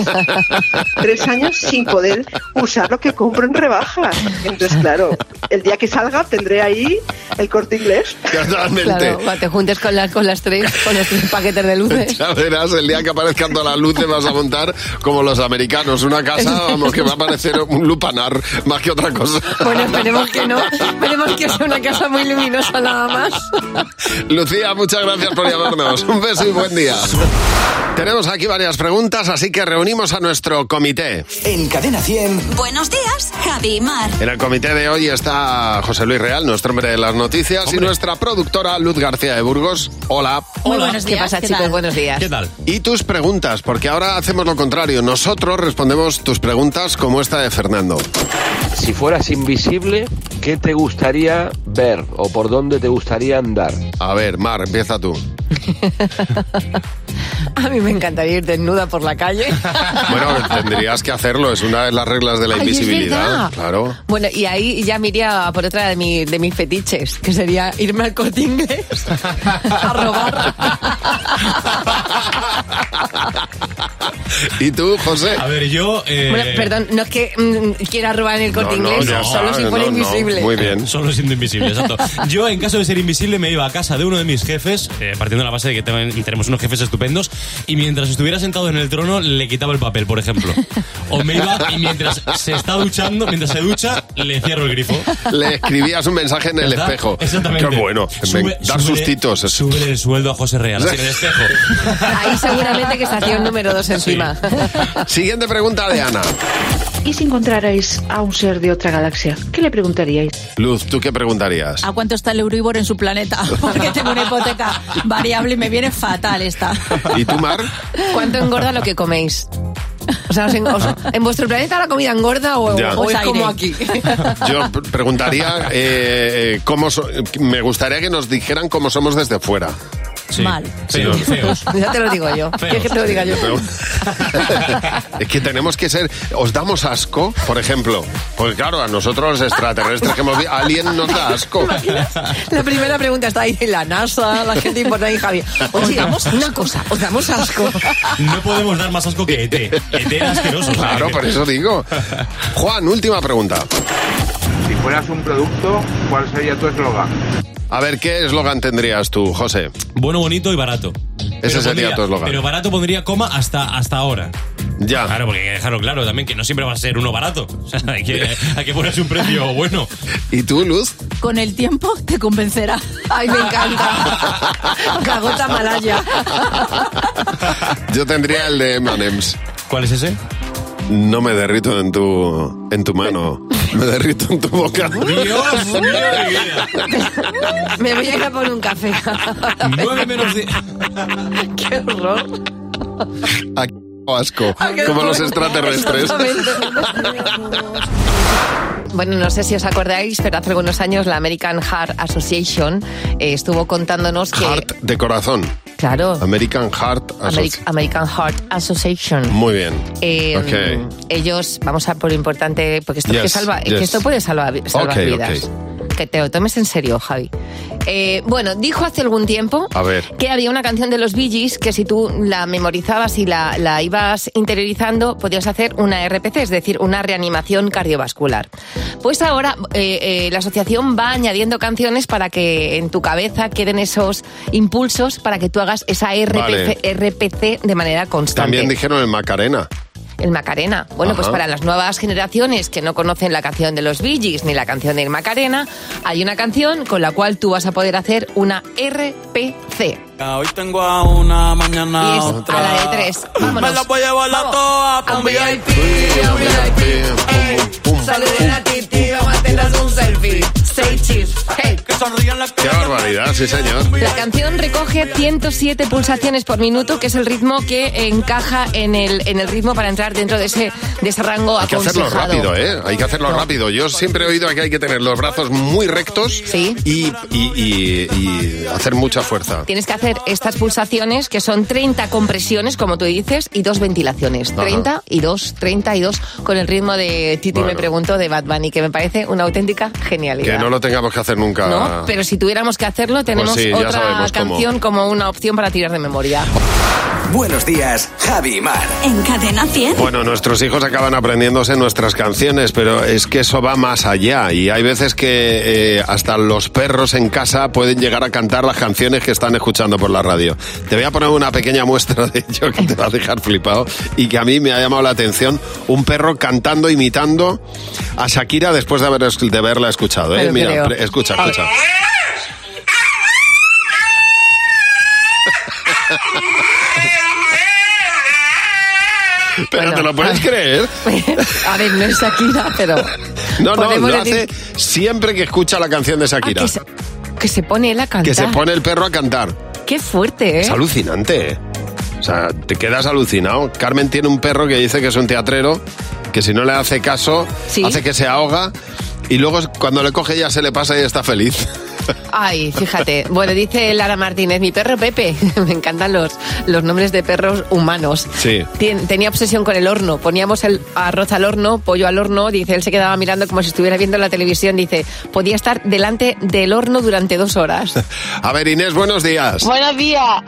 tres años sin poder usar lo que compro en rebajas. Entonces, claro, el día que salga tendré ahí el corte inglés. Claro, cuando te juntes con las, con las tres, con los tres paquetes de luces. Ya verás, el día que aparezcan todas las luces vas a montar como los americanos. Una casa, vamos, que va a parecer un lupanar más que otra cosa. Bueno, esperemos que no. Esperemos que sea una casa muy luminosa nada más. Lucía, muchas gracias por llamarnos. Un beso y buen día. Tenemos aquí varias preguntas, así que reunimos a nuestro comité. En Cadena 100. Buenos días, Javi y Mar. En el comité de hoy está José Luis Real, nuestro hombre de las noticias, y nuestra productora Luz García de Burgos. Hola. Muy buenos días. ¿Qué pasa, chicos? Buenos días. ¿Qué tal? Y tus preguntas, porque ahora hacemos lo contrario. Nosotros respondemos tus preguntas como esta de Fernando. Si fueras invisible, ¿qué te gustaría ver o por dónde te gustaría andar? A ver, Mar, empieza tú. A mí me encantaría ir desnuda por la calle. Bueno, tendrías que hacerlo, es una de las reglas de la Ay, es invisibilidad. verdad. Claro. Bueno, y ahí ya me iría por otra de, mi- de mis fetiches, que sería irme al corte inglés a robar. ¿Y tú, José? A ver, yo. eh, Bueno, perdón, no es que mm, quiera robar en el corte No, no, inglés, ya solo está, si fuera no, no, invisible. muy bien. Solo siendo invisible, exacto. Yo, en caso de ser invisible, me iba a casa de uno de mis jefes, eh, partiendo de la base de que ten- tenemos unos jefes estupendos, y mientras estuviera sentado en el trono, le quitaba el papel, por ejemplo. O me iba y mientras se está duchando, mientras se ducha, le cierro el grifo. Le escribías un mensaje en el ¿Verdad? espejo. Exactamente. Qué bueno. Me- Sube- dar súbele- sustitos. es- Súbele el sueldo a José Real, así en el espejo. Ahí seguramente que estación número dos encima. Siguiente pregunta de Ana. ¿Y si encontrarais a un ser de otra galaxia? ¿Qué le preguntaríais? Luz, ¿tú qué preguntarías? ¿A cuánto está el Euribor en su planeta? Porque tengo una hipoteca variable y me viene fatal esta. ¿Y tú, Mar? ¿Cuánto engorda lo que coméis? O sea, ¿os en, os- en vuestro planeta la comida engorda o, Ya. o es Pues como aquí? Yo pre- preguntaría eh, eh, cómo so- me gustaría que nos dijeran cómo somos desde fuera. Mal. Feos, feos. Ya te lo digo yo. Feos. ¿Quieres que te lo diga yo? Es que tenemos que ser. ¿Os damos asco, por ejemplo? Pues claro, a nosotros los extraterrestres que hemos visto. Alien nos da asco. La primera pregunta está ahí en la NASA, la gente importante y Javi. Oye, damos una cosa, os damos asco. No podemos dar más asco que E ET. ET era asqueroso. Claro, por eso digo. Juan, última pregunta. Si fueras un producto, ¿cuál sería tu eslogan? A ver, ¿qué eslogan tendrías tú, José? Bueno, bonito y barato. Ese Pero sería pondría- tu eslogan. Pero barato pondría coma hasta, hasta ahora. Ya. Claro, porque hay que dejarlo claro también que no siempre va a ser uno barato. O sea, hay que, hay que ponerse un precio bueno. ¿Y tú, Luz? Con el tiempo te convencerá. Ay, me encanta. Cagota malaya. Yo tendría el de Manems. ¿Cuál es ese? No me derrito en tu, en tu mano. Me derrito en tu boca. Dios mío, Me voy a ir a por un café. Nueve menos diez. Qué horror. Ah, qué asco. Ah, Como los extraterrestres. Bueno, no sé si os acordáis, pero hace algunos años la American Heart Association eh, estuvo contándonos que... De corazón. Claro. American Heart Ameri- Association. American Heart Association. Muy bien. Eh, Ok. Ellos, vamos a por lo importante, porque esto, Yes, que salva, yes. que esto puede salvar, vi- salvar Ok, vidas. Que te lo tomes en serio, Javi. Eh, bueno, dijo hace algún tiempo A ver. que había una canción de los Bee Gees que si tú la memorizabas y la, la ibas interiorizando, podías hacer una RPC, es decir, una reanimación cardiovascular. Pues ahora eh, eh, la asociación va añadiendo canciones para que en tu cabeza queden esos impulsos para que tú hagas esa RPC, Vale. RPC de manera constante. También dijeron el Macarena. El Macarena. Bueno, Ajá. pues para las nuevas generaciones que no conocen la canción de los Bee Gees ni la canción del Macarena, hay una canción con la cual tú vas a poder hacer una RPC. Hoy tengo a una, mañana Y a es otra. a la de tres. Vámonos. Me la voy a llevar la Vamos. toa pa' un VIP. Saluden a Titi, mátenlas un selfie. Seis chis. Hey. Qué barbaridad, sí, señor. La canción recoge 107 pulsaciones por minuto, que es el ritmo que encaja en el, en el ritmo para entrar dentro de ese, de ese rango Hay que hacerlo aconsejado. rápido, ¿eh? Hay que hacerlo rápido. Yo siempre he oído que hay que tener los brazos muy rectos y, y- y- y hacer mucha fuerza. Tienes que hacer estas pulsaciones, que son 30 compresiones, como tú dices, y dos ventilaciones. Ajá. 30 y 2, 30 y 2, con el ritmo de Titi Bueno. me pregunto de Bad Bunny, que me parece una auténtica Que genialidad. no lo tengamos que hacer nunca. ¿No? Pero si tuviéramos que hacerlo, tenemos Pues sí, ya otra sabemos cómo. canción como una opción para tirar de memoria. Buenos días, Javi y Mar. ¿En cadena 100? Bueno, nuestros hijos acaban aprendiéndose nuestras canciones, pero es que eso va más allá. Y hay veces que eh, hasta los perros en casa pueden llegar a cantar las canciones que están escuchando por la radio. Te voy a poner una pequeña muestra de ello que te va a dejar flipado y que a mí me ha llamado la atención. Un perro cantando, imitando a Shakira después de, haber, es- de haberla escuchado. ¿eh? Me lo Mira, creo. pre- escucha, escucha. Pero te lo puedes creer. A ver, no es Shakira, pero. No, no, podemos lo hace decir Ah, siempre que escucha la canción de Shakira. que se, que se pone él a cantar. que se pone el perro a cantar. Qué fuerte, ¿eh? Es alucinante. O sea, te quedas alucinado. Carmen tiene un perro que dice que es un teatrero, que si no le hace caso, hace que se ahoga. Y luego cuando le coge ya se le pasa y está feliz. Ay, fíjate. Bueno, dice Lara Martínez, mi perro Pepe. Me encantan los, los nombres de perros humanos. Sí. Tien- tenía obsesión con el horno. Poníamos el arroz al horno, pollo al horno. Dice, él se quedaba mirando como si estuviera viendo la televisión. Dice, podía estar delante del horno durante dos horas. A ver, Inés, buenos días. Buenos días.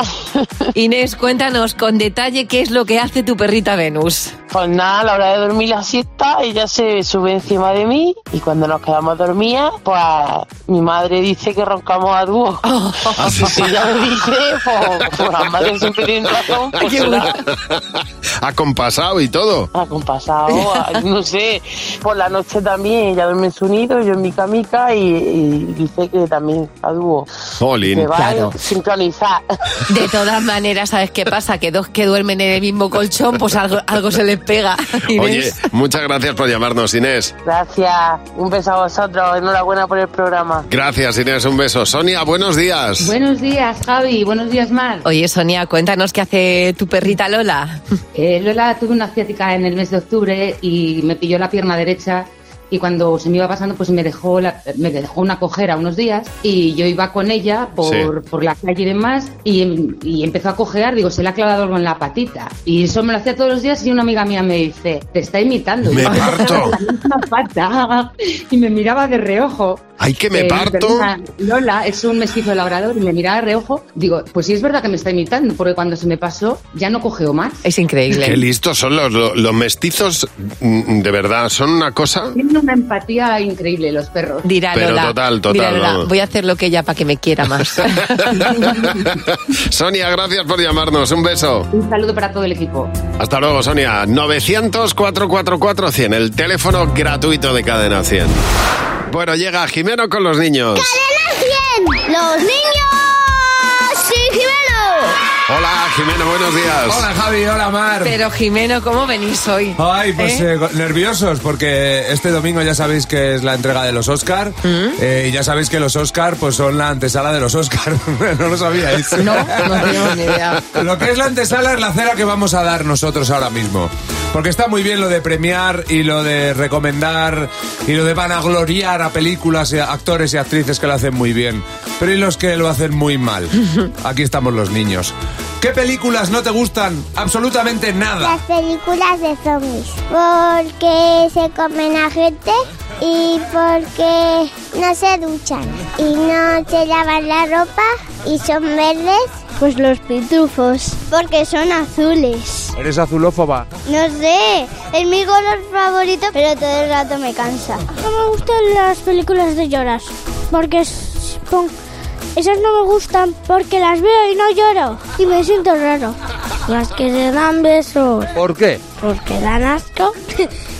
Inés, cuéntanos con detalle qué es lo que hace tu perrita Venus. Pues nada, a la hora de dormir la siesta, ella se sube encima de mí y cuando nos quedamos dormidas, pues mi madre dice que roncamos a dúo. Ah, sí. Y ella me dice, pues, pues las madres siempre tienen razón, pues será Acompasado y todo. acompasado, a- no sé, por la noche también, ella duerme en su nido, yo en mi camica y, y dice que también a dúo. Jolín. Que va eh. a sincronizar. De todas maneras, ¿sabes qué pasa? Que dos que duermen en el mismo colchón, pues algo, algo se les pega. Oye, Inés. muchas gracias por llamarnos, Inés. Gracias, un beso a vosotros, enhorabuena por el programa. Gracias, Inés, un beso. Sonia, buenos días. Buenos días, Javi. Buenos días, Mar. Oye, Sonia, cuéntanos qué hace tu perrita Lola. Eh, Lola tuve una ciática en el mes de octubre y me pilló la pierna derecha y cuando se me iba pasando pues me dejó la- me dejó una cojera unos días y yo iba con ella por, Sí. por la calle y demás y, y empezó a cojear digo se le ha clavado algo en la patita y eso me lo hacía todos los días y una amiga mía me dice te está imitando Me Y yo, parto. "La misma pata". y me miraba de reojo Ay, que me Eh, parto. perdona, Lola es un mestizo labrador y me miraba de reojo digo pues sí es verdad que me está imitando porque cuando se me pasó ya no cogeo más es increíble Qué listos son los, los, los mestizos, mm, de verdad, son una cosa. Tienen una empatía increíble los perros. Dirá Pero Lola. total, total, dirá Lola, vamos. voy a hacer lo que ella para que me quiera más. Sonia, gracias por llamarnos, un beso. Un saludo para todo el equipo. Hasta luego, Sonia. 900-444-100, el teléfono gratuito de Cadena 100. Bueno, llega Jimeno con los niños. ¡Los niños! ¡Sí, Jimeno! Hola, Jimeno, buenos días. Hola Javi, hola Mar. Pero Jimeno, ¿cómo venís hoy? Ay, pues ¿Eh? eh, go- nerviosos porque este domingo ya sabéis que es la entrega de los Oscar ¿Mm? eh, y ya sabéis que los Oscar pues son la antesala de los Oscar. no lo sabíais. No, no tengo ni idea. Lo que es la antesala es la cera que vamos a dar nosotros ahora mismo. Porque está muy bien lo de premiar y lo de recomendar y lo de vanagloriar a películas, y a actores y actrices que lo hacen muy bien. Pero ¿y los que lo hacen muy mal? Aquí estamos los niños. ¿Qué películas no te gustan? Absolutamente nada. Las películas de zombies. Porque se comen a gente y porque no se duchan. Y no se lavan la ropa y son verdes. Pues los pitufos. Porque son azules. ¿Eres azulófoba? No sé, es mi color favorito, pero todo el rato me cansa. No me gustan las películas de lloras, porque es- pon- esas no me gustan porque las veo y no lloro y me siento raro. Las que se dan besos, ¿Por qué? porque dan asco.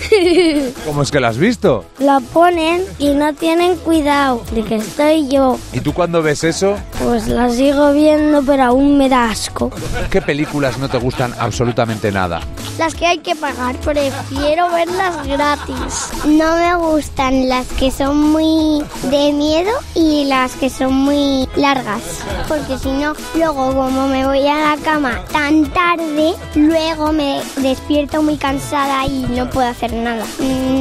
¿Cómo es que la has visto? La ponen y no tienen cuidado de que estoy yo. ¿Y tú cuando ves eso, Pues las sigo viendo, pero aún me da asco. qué películas no te gustan absolutamente nada? Las que hay que pagar, prefiero verlas gratis. No me gustan las que son muy de miedo y las que son muy largas. Porque si no, luego como me voy a la cama tan tarde, luego me despierto muy cansada y no puedo hacer nada.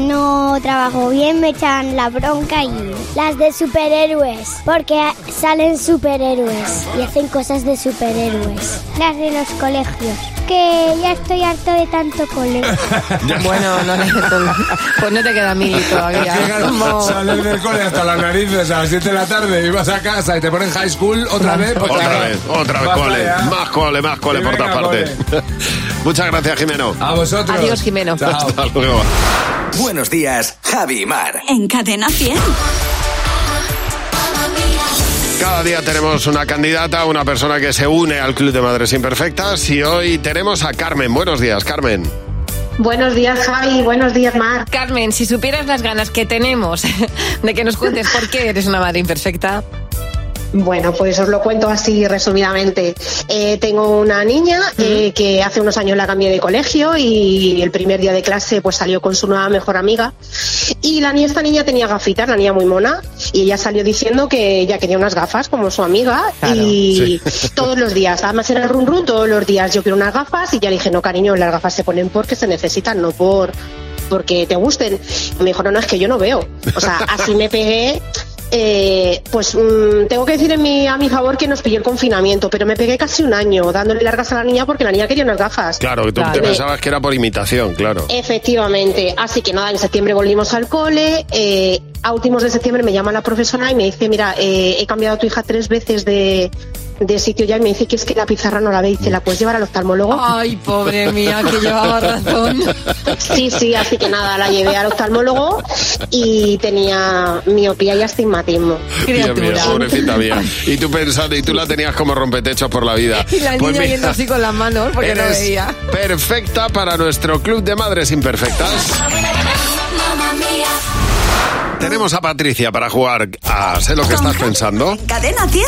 No trabajo bien, me echan la bronca y... Las de superhéroes, porque salen superhéroes y hacen cosas de superhéroes. Las de los colegios, que ya estoy harto de tanto colegio. eh, bueno, no, no, no, pues no te queda mil todavía. Como- Sales del cole hasta las narices a las 7 de la tarde y vas a casa y te ponen high school otra vez. pues Otra claro, vez, otra vez, vas cole. allá. Más cole, más cole ¿eh? Sí, por venga, todas partes. Muchas gracias, Jimeno. A vosotros. Adiós, Jimeno. Hasta luego. Buenos días, Javi y Mar. En Cadena 100. Cada día tenemos una candidata, una persona que se une al Club de Madres Imperfectas y hoy tenemos a Carmen. Buenos días, Carmen. Buenos días, Javi. Buenos días, Mar. Carmen, si supieras las ganas que tenemos de que nos cuentes por qué eres una madre imperfecta. Bueno, pues os lo cuento así resumidamente. Eh, tengo una niña eh, que hace unos años la cambié de colegio y el primer día de clase pues salió con su nueva mejor amiga. Y la niña, esta niña tenía gafitas, la niña muy mona, y ella salió diciendo que ella quería unas gafas como su amiga y todos los días, además era el run run todos los días, yo quiero unas gafas y ya le dije, no cariño, las gafas se ponen porque se necesitan, no por porque te gusten. Y me dijo, no, no, es que yo no veo. O sea, así me pegué eh, pues mm, tengo que decir en mi- a mi favor que nos pilló el confinamiento, pero me pegué casi un año dándole largas a la niña porque la niña quería unas gafas. Claro, que tú te Me- pensabas que era por imitación, claro. Eh, Efectivamente, así que nada, en septiembre volvimos al cole. eh, a últimos de septiembre me llama la profesora y me dice, mira, eh, he cambiado a tu hija tres veces de, de sitio ya y me dice que es que la pizarra no la ve y se la puedes llevar al oftalmólogo. Ay, pobre mía, que llevaba razón. Sí, sí, así que nada, la llevé al oftalmólogo y tenía miopía y astigmatismo. Dios mío, pobrecita mía. Y tú pensando, y tú la tenías como rompetechos por la vida. Y la Pues niña mira, yendo así con las manos porque no eres veía. Perfecta para nuestro club de madres imperfectas. Tenemos a Patricia para jugar a Sé lo que estás pensando. ¿Cadena 100?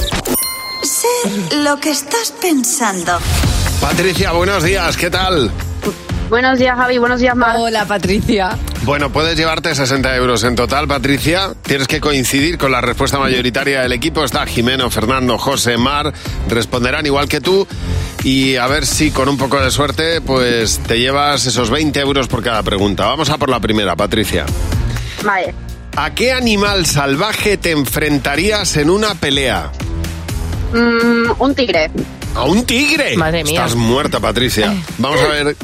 Sé lo que estás pensando. Patricia, buenos días, ¿qué tal? Buenos días, Javi. Buenos días, Mar. Hola, Patricia. Bueno, puedes llevarte 60 euros en total, Patricia. Tienes que coincidir con la respuesta mayoritaria del equipo. Está Jimeno, Fernando, José, Mar. Responderán igual que tú. Y a ver si con un poco de suerte, pues te llevas esos 20 euros por cada pregunta. Vamos a por la primera, Patricia. Vale. ¿A qué animal salvaje te enfrentarías en una pelea? Mm, un tigre. ¿A un tigre? Madre mía. Eh. Estás muerta, Patricia. Vamos a ver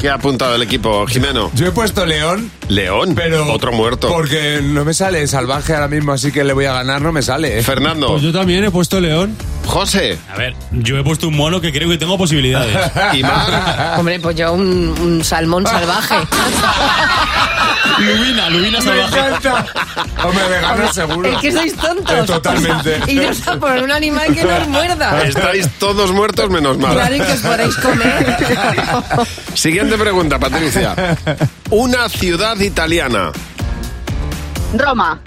qué ha apuntado el equipo, Jimeno. Yo he puesto león. León, Pero otro muerto. Porque no me sale salvaje ahora mismo, así que le voy a ganar, no me sale. Fernando. Pues yo también he puesto león. José. A ver, yo he puesto un mono que creo que tengo posibilidades. ¿Y más? Hombre, pues yo un, un salmón salvaje. Lubina, lubina salvaje. Hombre, me gano seguro. Es que sois tontos. Totalmente. Y no a por un animal que no os muerda. Estáis todos muertos menos mal. Claro, y que os podéis comer. Siguiente pregunta, Patricia. Una ciudad italiana. Roma.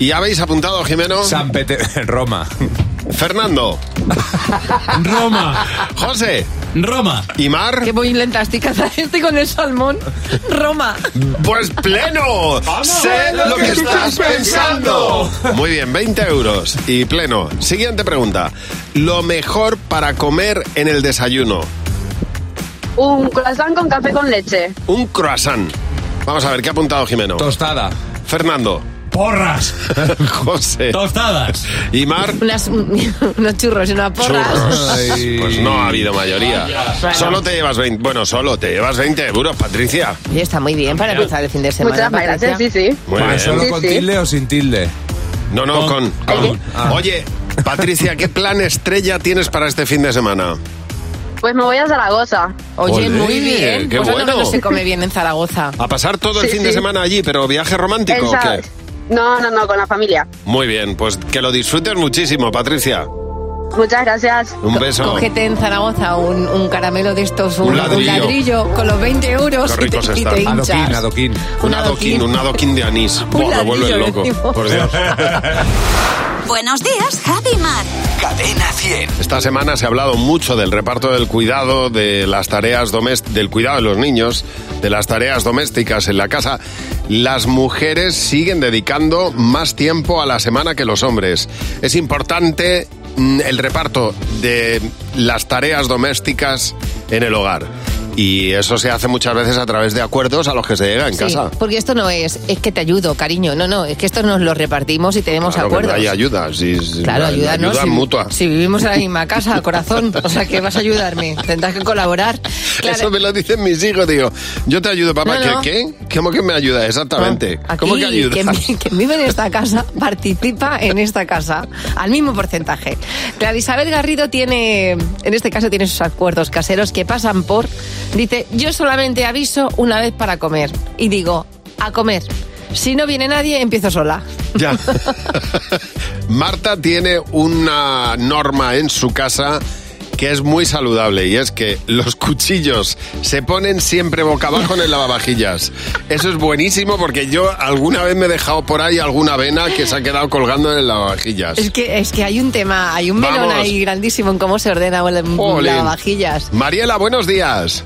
¿Y habéis apuntado, Jimeno? San Roma. Fernando. Roma. José. Roma. ¿Y Mar? Que muy lenta estoy cazando estoy con el salmón. Roma. Pues pleno. Vamos. sé lo que estás pensando. Muy bien, 20 euros y pleno. Siguiente pregunta. Lo mejor para comer en el desayuno. Un croissant con café con leche. Un croissant. Vamos a ver, ¿qué ha apuntado Jimeno? Tostada. Fernando. Porras. José. Tostadas. ¿Y Mar? Unas, unos churros y una porra. Churros. Pues no ha habido mayoría. Bueno. Solo te llevas 20. Bueno, solo te llevas 20 euros, Patricia. Y está muy bien para empezar el fin de semana. Patricia. sí. Muy Bueno, bien. ¿Solo con tilde o sin tilde? No, no, con. con- Oye, Patricia, ¿qué plan estrella tienes para este fin de semana? Pues me voy a Zaragoza. Oye, Olé, muy bien. qué Pues ahora bueno. no se come bien en Zaragoza. ¿A pasar todo el Sí, fin de sí. semana allí, pero viaje romántico o qué? No, no, no, con la familia. Muy bien, pues que lo disfrutes muchísimo, Patricia. Muchas gracias. Un beso. Cógete en Zaragoza un, un caramelo de estos, un, Un ladrillo. un ladrillo con los 20 euros Qué y te, ricos y están. te hinchas. adoquín. Un adoquín, un adoquín de anís. Buah, me vuelves ladrillo, loco. decimos. Por Dios. Buenos días, Javi y Mar. Cadena 100. Esta semana se ha hablado mucho del reparto del cuidado, de las tareas domes- del cuidado de los niños, de las tareas domésticas en la casa. Las mujeres siguen dedicando más tiempo a la semana que los hombres. Es importante mm, el reparto de las tareas domésticas en el hogar. Y eso se hace muchas veces a través de acuerdos a los que se llega en Sí, casa. porque esto no es, es que te ayudo, cariño. No, no, es que esto nos lo repartimos y tenemos Claro que acuerdos. hay ayuda, sí, sí, Claro, hay ayuda, ¿no? ayuda Si- mutua. Si vivimos en la misma casa, corazón, o sea que vas a ayudarme, tendrás que colaborar. Claro, Eso me lo dicen mis hijos, digo, yo te ayudo, papá. No, ¿Qué- no. Ah, ¿Qué? ¿Cómo que me ayuda? Exactamente. aquí, ¿Cómo que ayuda? Quien, quien vive en esta casa participa en esta casa al mismo porcentaje. Claro, Isabel Garrido tiene, en este caso, tiene sus acuerdos caseros que pasan por, dice, yo solamente aviso una vez para comer y digo, a comer. Si no viene nadie, empiezo sola. Ya. Marta tiene una norma en su casa que es muy saludable y es que los cuchillos se ponen siempre boca abajo en el lavavajillas. Eso es buenísimo porque yo alguna vez me he dejado por ahí alguna avena que se ha quedado colgando en el lavavajillas. Es que, es que hay un tema, hay un melón Vamos. ahí grandísimo en cómo se ordena el- Jolín. las vajillas. Mariela, buenos días.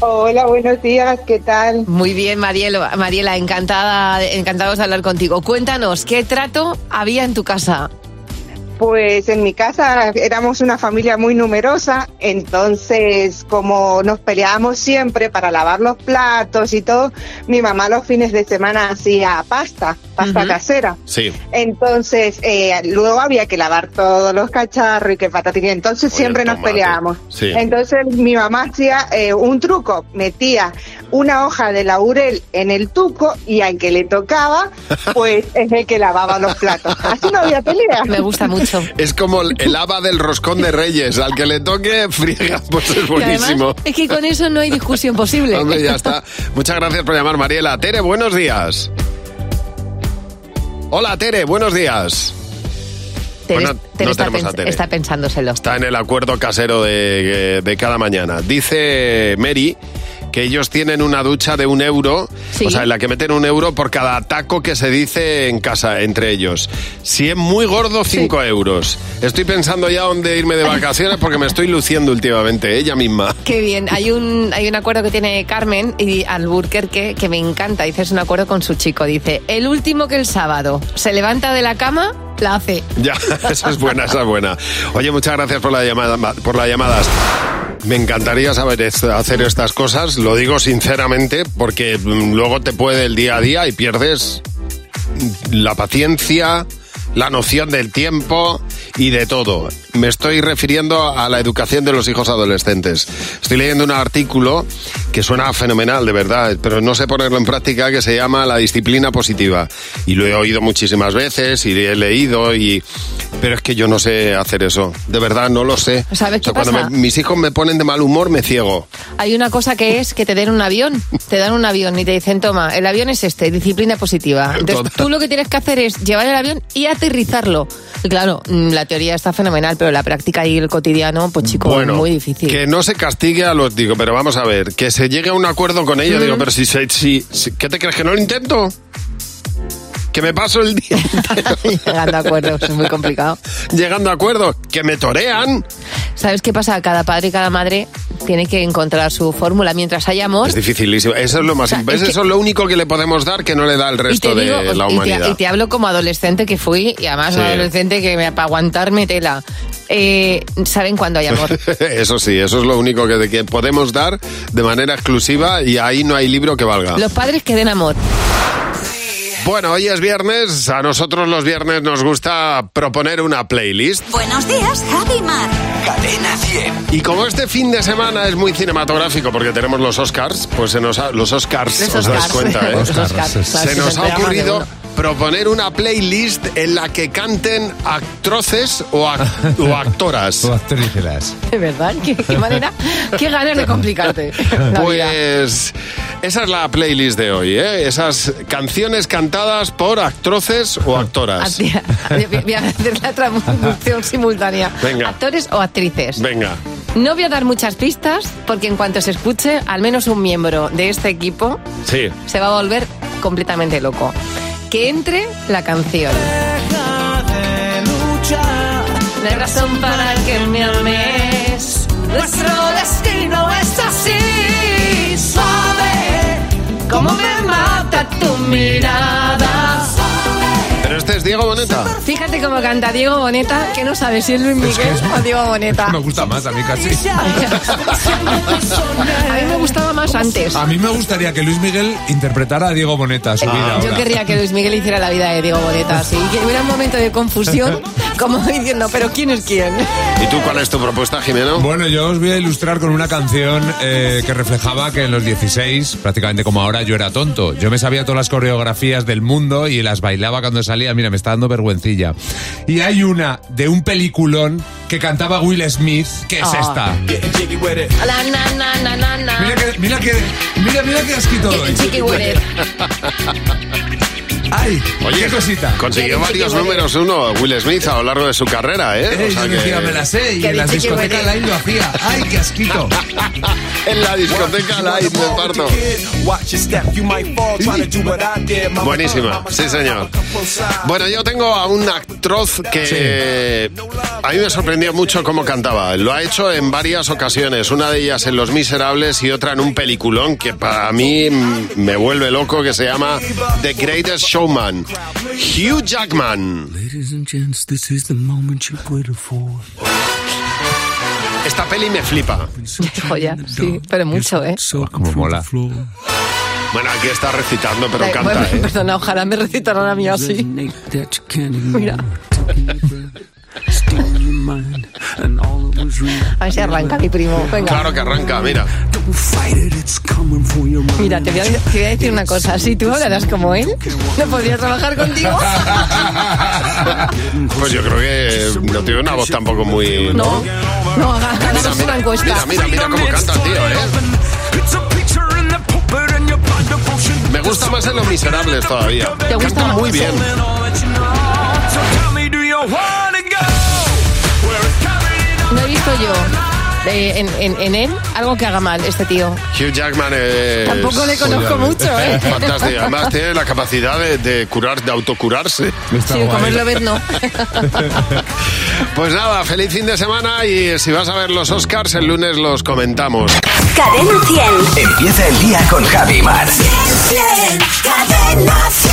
Hola, buenos días, ¿qué tal? Muy bien, Marielo, Mariela, encantada, encantados de hablar contigo. Cuéntanos, ¿qué trato había en tu casa? Pues en mi casa éramos una familia muy numerosa, entonces como nos peleábamos siempre para lavar los platos y todo, mi mamá los fines de semana hacía pasta, pasta Ujú. casera. Sí. Entonces, eh, luego había que lavar todos los cacharros y que patatín. Entonces siempre nos peleábamos. Sí. Entonces mi mamá hacía eh, un truco, metía una hoja de laurel en el tuco y al que le tocaba, pues es el que lavaba los platos. Así no había pelea. Me gusta mucho. Es como el, el haba del roscón de reyes. Al que le toque, friega. Pues es Y además, buenísimo. es que con eso no hay discusión posible. Hombre, ya está. Muchas gracias por llamar, Mariela. Tere, buenos días. Hola, Tere, buenos días. Tere- Bueno, Tere no está, tenemos a pens- Tere. está pensándoselo. Está en el acuerdo casero de, de cada mañana. Dice Mary que ellos tienen una ducha de un euro, Sí. o sea, en la que meten un euro por cada taco que se dice en casa entre ellos. Si es muy gordo, cinco euros. Estoy pensando ya dónde irme de vacaciones porque me estoy luciendo últimamente, ¿eh? ella misma. Qué bien, hay un, hay un acuerdo que tiene Carmen y Alburquerque que me encanta. Dice, es un acuerdo con su chico. Dice, el último que el sábado se levanta de la cama, la hace. Ya, esa es buena, esa es buena. Oye, muchas gracias por la llamada, ma- por las llamadas. Me encantaría saber es- hacer estas cosas, lo digo sinceramente, porque mm, luego te puede el día a día y pierdes mm, la paciencia, la noción del tiempo y de todo. Me estoy refiriendo a la educación de los hijos adolescentes. Estoy leyendo un artículo que suena fenomenal, de verdad, pero no sé ponerlo en práctica, que se llama La disciplina positiva. Y lo he oído muchísimas veces y he leído y... Pero es que yo no sé hacer eso. De verdad, no lo sé. ¿Sabes O qué sea, pasa? Cuando me- mis hijos me ponen de mal humor, me ciego. Hay una cosa que es que te den un avión, te dan un avión y te dicen, toma, el avión es este, disciplina positiva. Entonces Total. tú lo que tienes que hacer es llevar el avión y aterrizarlo. Y claro, mm, la teoría está fenomenal, pero la práctica y el cotidiano, pues chico, Bueno, muy difícil. Que no se castigue a los, digo, pero vamos a ver, que se llegue a un acuerdo con ellos, digo, pero si, se- si, si- ¿qué te crees que no lo intento? Que me paso el día Llegando a acuerdos, es muy complicado. llegando a acuerdos, que me torean. ¿Sabes qué pasa? Cada padre y cada madre tiene que encontrar su fórmula mientras hay amor. Es dificilísimo, eso es lo más, sea, imp- es eso es lo único que le podemos dar que no le da el resto de digo- la y te- humanidad. Y te, hablo como adolescente que fui, y además Sí. adolescente que me, para aguantarme tela. Eh, Saben cuándo hay amor. Eso sí, eso es lo único que, que podemos dar de manera exclusiva y ahí no hay libro que valga. Los padres que den amor. Bueno, hoy es viernes, a nosotros los viernes nos gusta proponer una playlist. Buenos días, Javi y Mar. Cadena 100. Y como este fin de semana es muy cinematográfico porque tenemos los Oscars, pues se nos ha- los Oscars, Los os Oscars. das cuenta, ¿eh? Los Oscars, claro, se si nos se ha entera más de ocurrido uno. proponer una playlist en la que canten actroces o, ac- o actoras. o actrices. De verdad, qué, qué manera, qué ganas de complicarte. la vida. Pues esa es la playlist de hoy, ¿eh? Esas canciones cantadas por actroces Ah. o actoras. Hacía- Voy a hacer la traducción simultánea. Venga. Actores o actrices. Venga. No voy a dar muchas pistas porque en cuanto se escuche, al menos un miembro de este equipo Sí. se va a volver completamente loco. Que entre la canción. No hay razón para que me ames. Nuestro destino es así. Suave, como me mata tu mirada. Pero este es Diego Boneta. Fíjate cómo canta Diego Boneta, que no sabe si es Luis Miguel o Diego Boneta. Me gusta más a mí casi. A mí me gustaba más antes. A mí me gustaría que Luis Miguel interpretara a Diego Boneta su vida. Ah, Yo ahora. quería que Luis Miguel hiciera la vida de Diego Boneta así, y que hubiera un momento de confusión, como diciendo, pero ¿quién es quién? ¿Y tú cuál es tu propuesta, Jimeno? Bueno, yo os voy a ilustrar con una canción eh, que reflejaba que en los 16, prácticamente como ahora, yo era tonto. Yo me sabía todas las coreografías del mundo y las bailaba cuando salía. Mira, me está dando vergüencilla. Y hay una de un peliculón que cantaba Will Smith, que es Ah. esta. La na na na na na. Mira que, mira que, mira, mira que has quitado Get chiqui with it. Ay, Oye, qué cosita. Consiguió Get varios chiqui with números uno Will Smith a lo largo de su carrera, ¿eh? Eh, yo decía, me la sé, y en las discotecas la lo hacía. ¡Ay, qué asquito! en la discoteca la me parto. Buenísima, sí señor. Bueno, yo tengo a un actroz que a mí me sorprendió mucho cómo cantaba. Lo ha hecho en varias ocasiones, una de ellas en Los Miserables y otra en un peliculón que para mí mm, me vuelve loco que se llama The Greatest Showman. Showman, Hugh Jackman. Esta peli me flipa. Joya, sí, pero mucho, ¿eh? Como mola. Bueno, aquí está recitando, pero Eh, canta, bueno, ¿eh? Perdona, ojalá me recitaran a mí así. Mira. A ver si arranca mi primo. Venga. Claro que arranca, mira. Mira, te voy, a, te voy a decir una cosa. Si tú hablaras como él, no podría trabajar contigo. Pues yo creo que no tiene una voz tampoco muy. No, no, haga- hagamos una encuesta. Mira, mira cómo canta, tío, ¿eh? Me gusta más en Los Miserables todavía. ¿Te gusta Canta más? muy bien. No he visto yo eh, en, en- en él algo que haga mal este tío. Hugh Jackman es... Tampoco le conozco mucho, ¿eh? Pues, Fantástico. Además tiene la capacidad de, de curar, de autocurarse. Sí, como él lo ves, no. Pues nada, feliz fin de semana y si vas a ver los Oscars, el lunes los comentamos. Cadena 100. Empieza el día con Javi Mar. Cadena 100.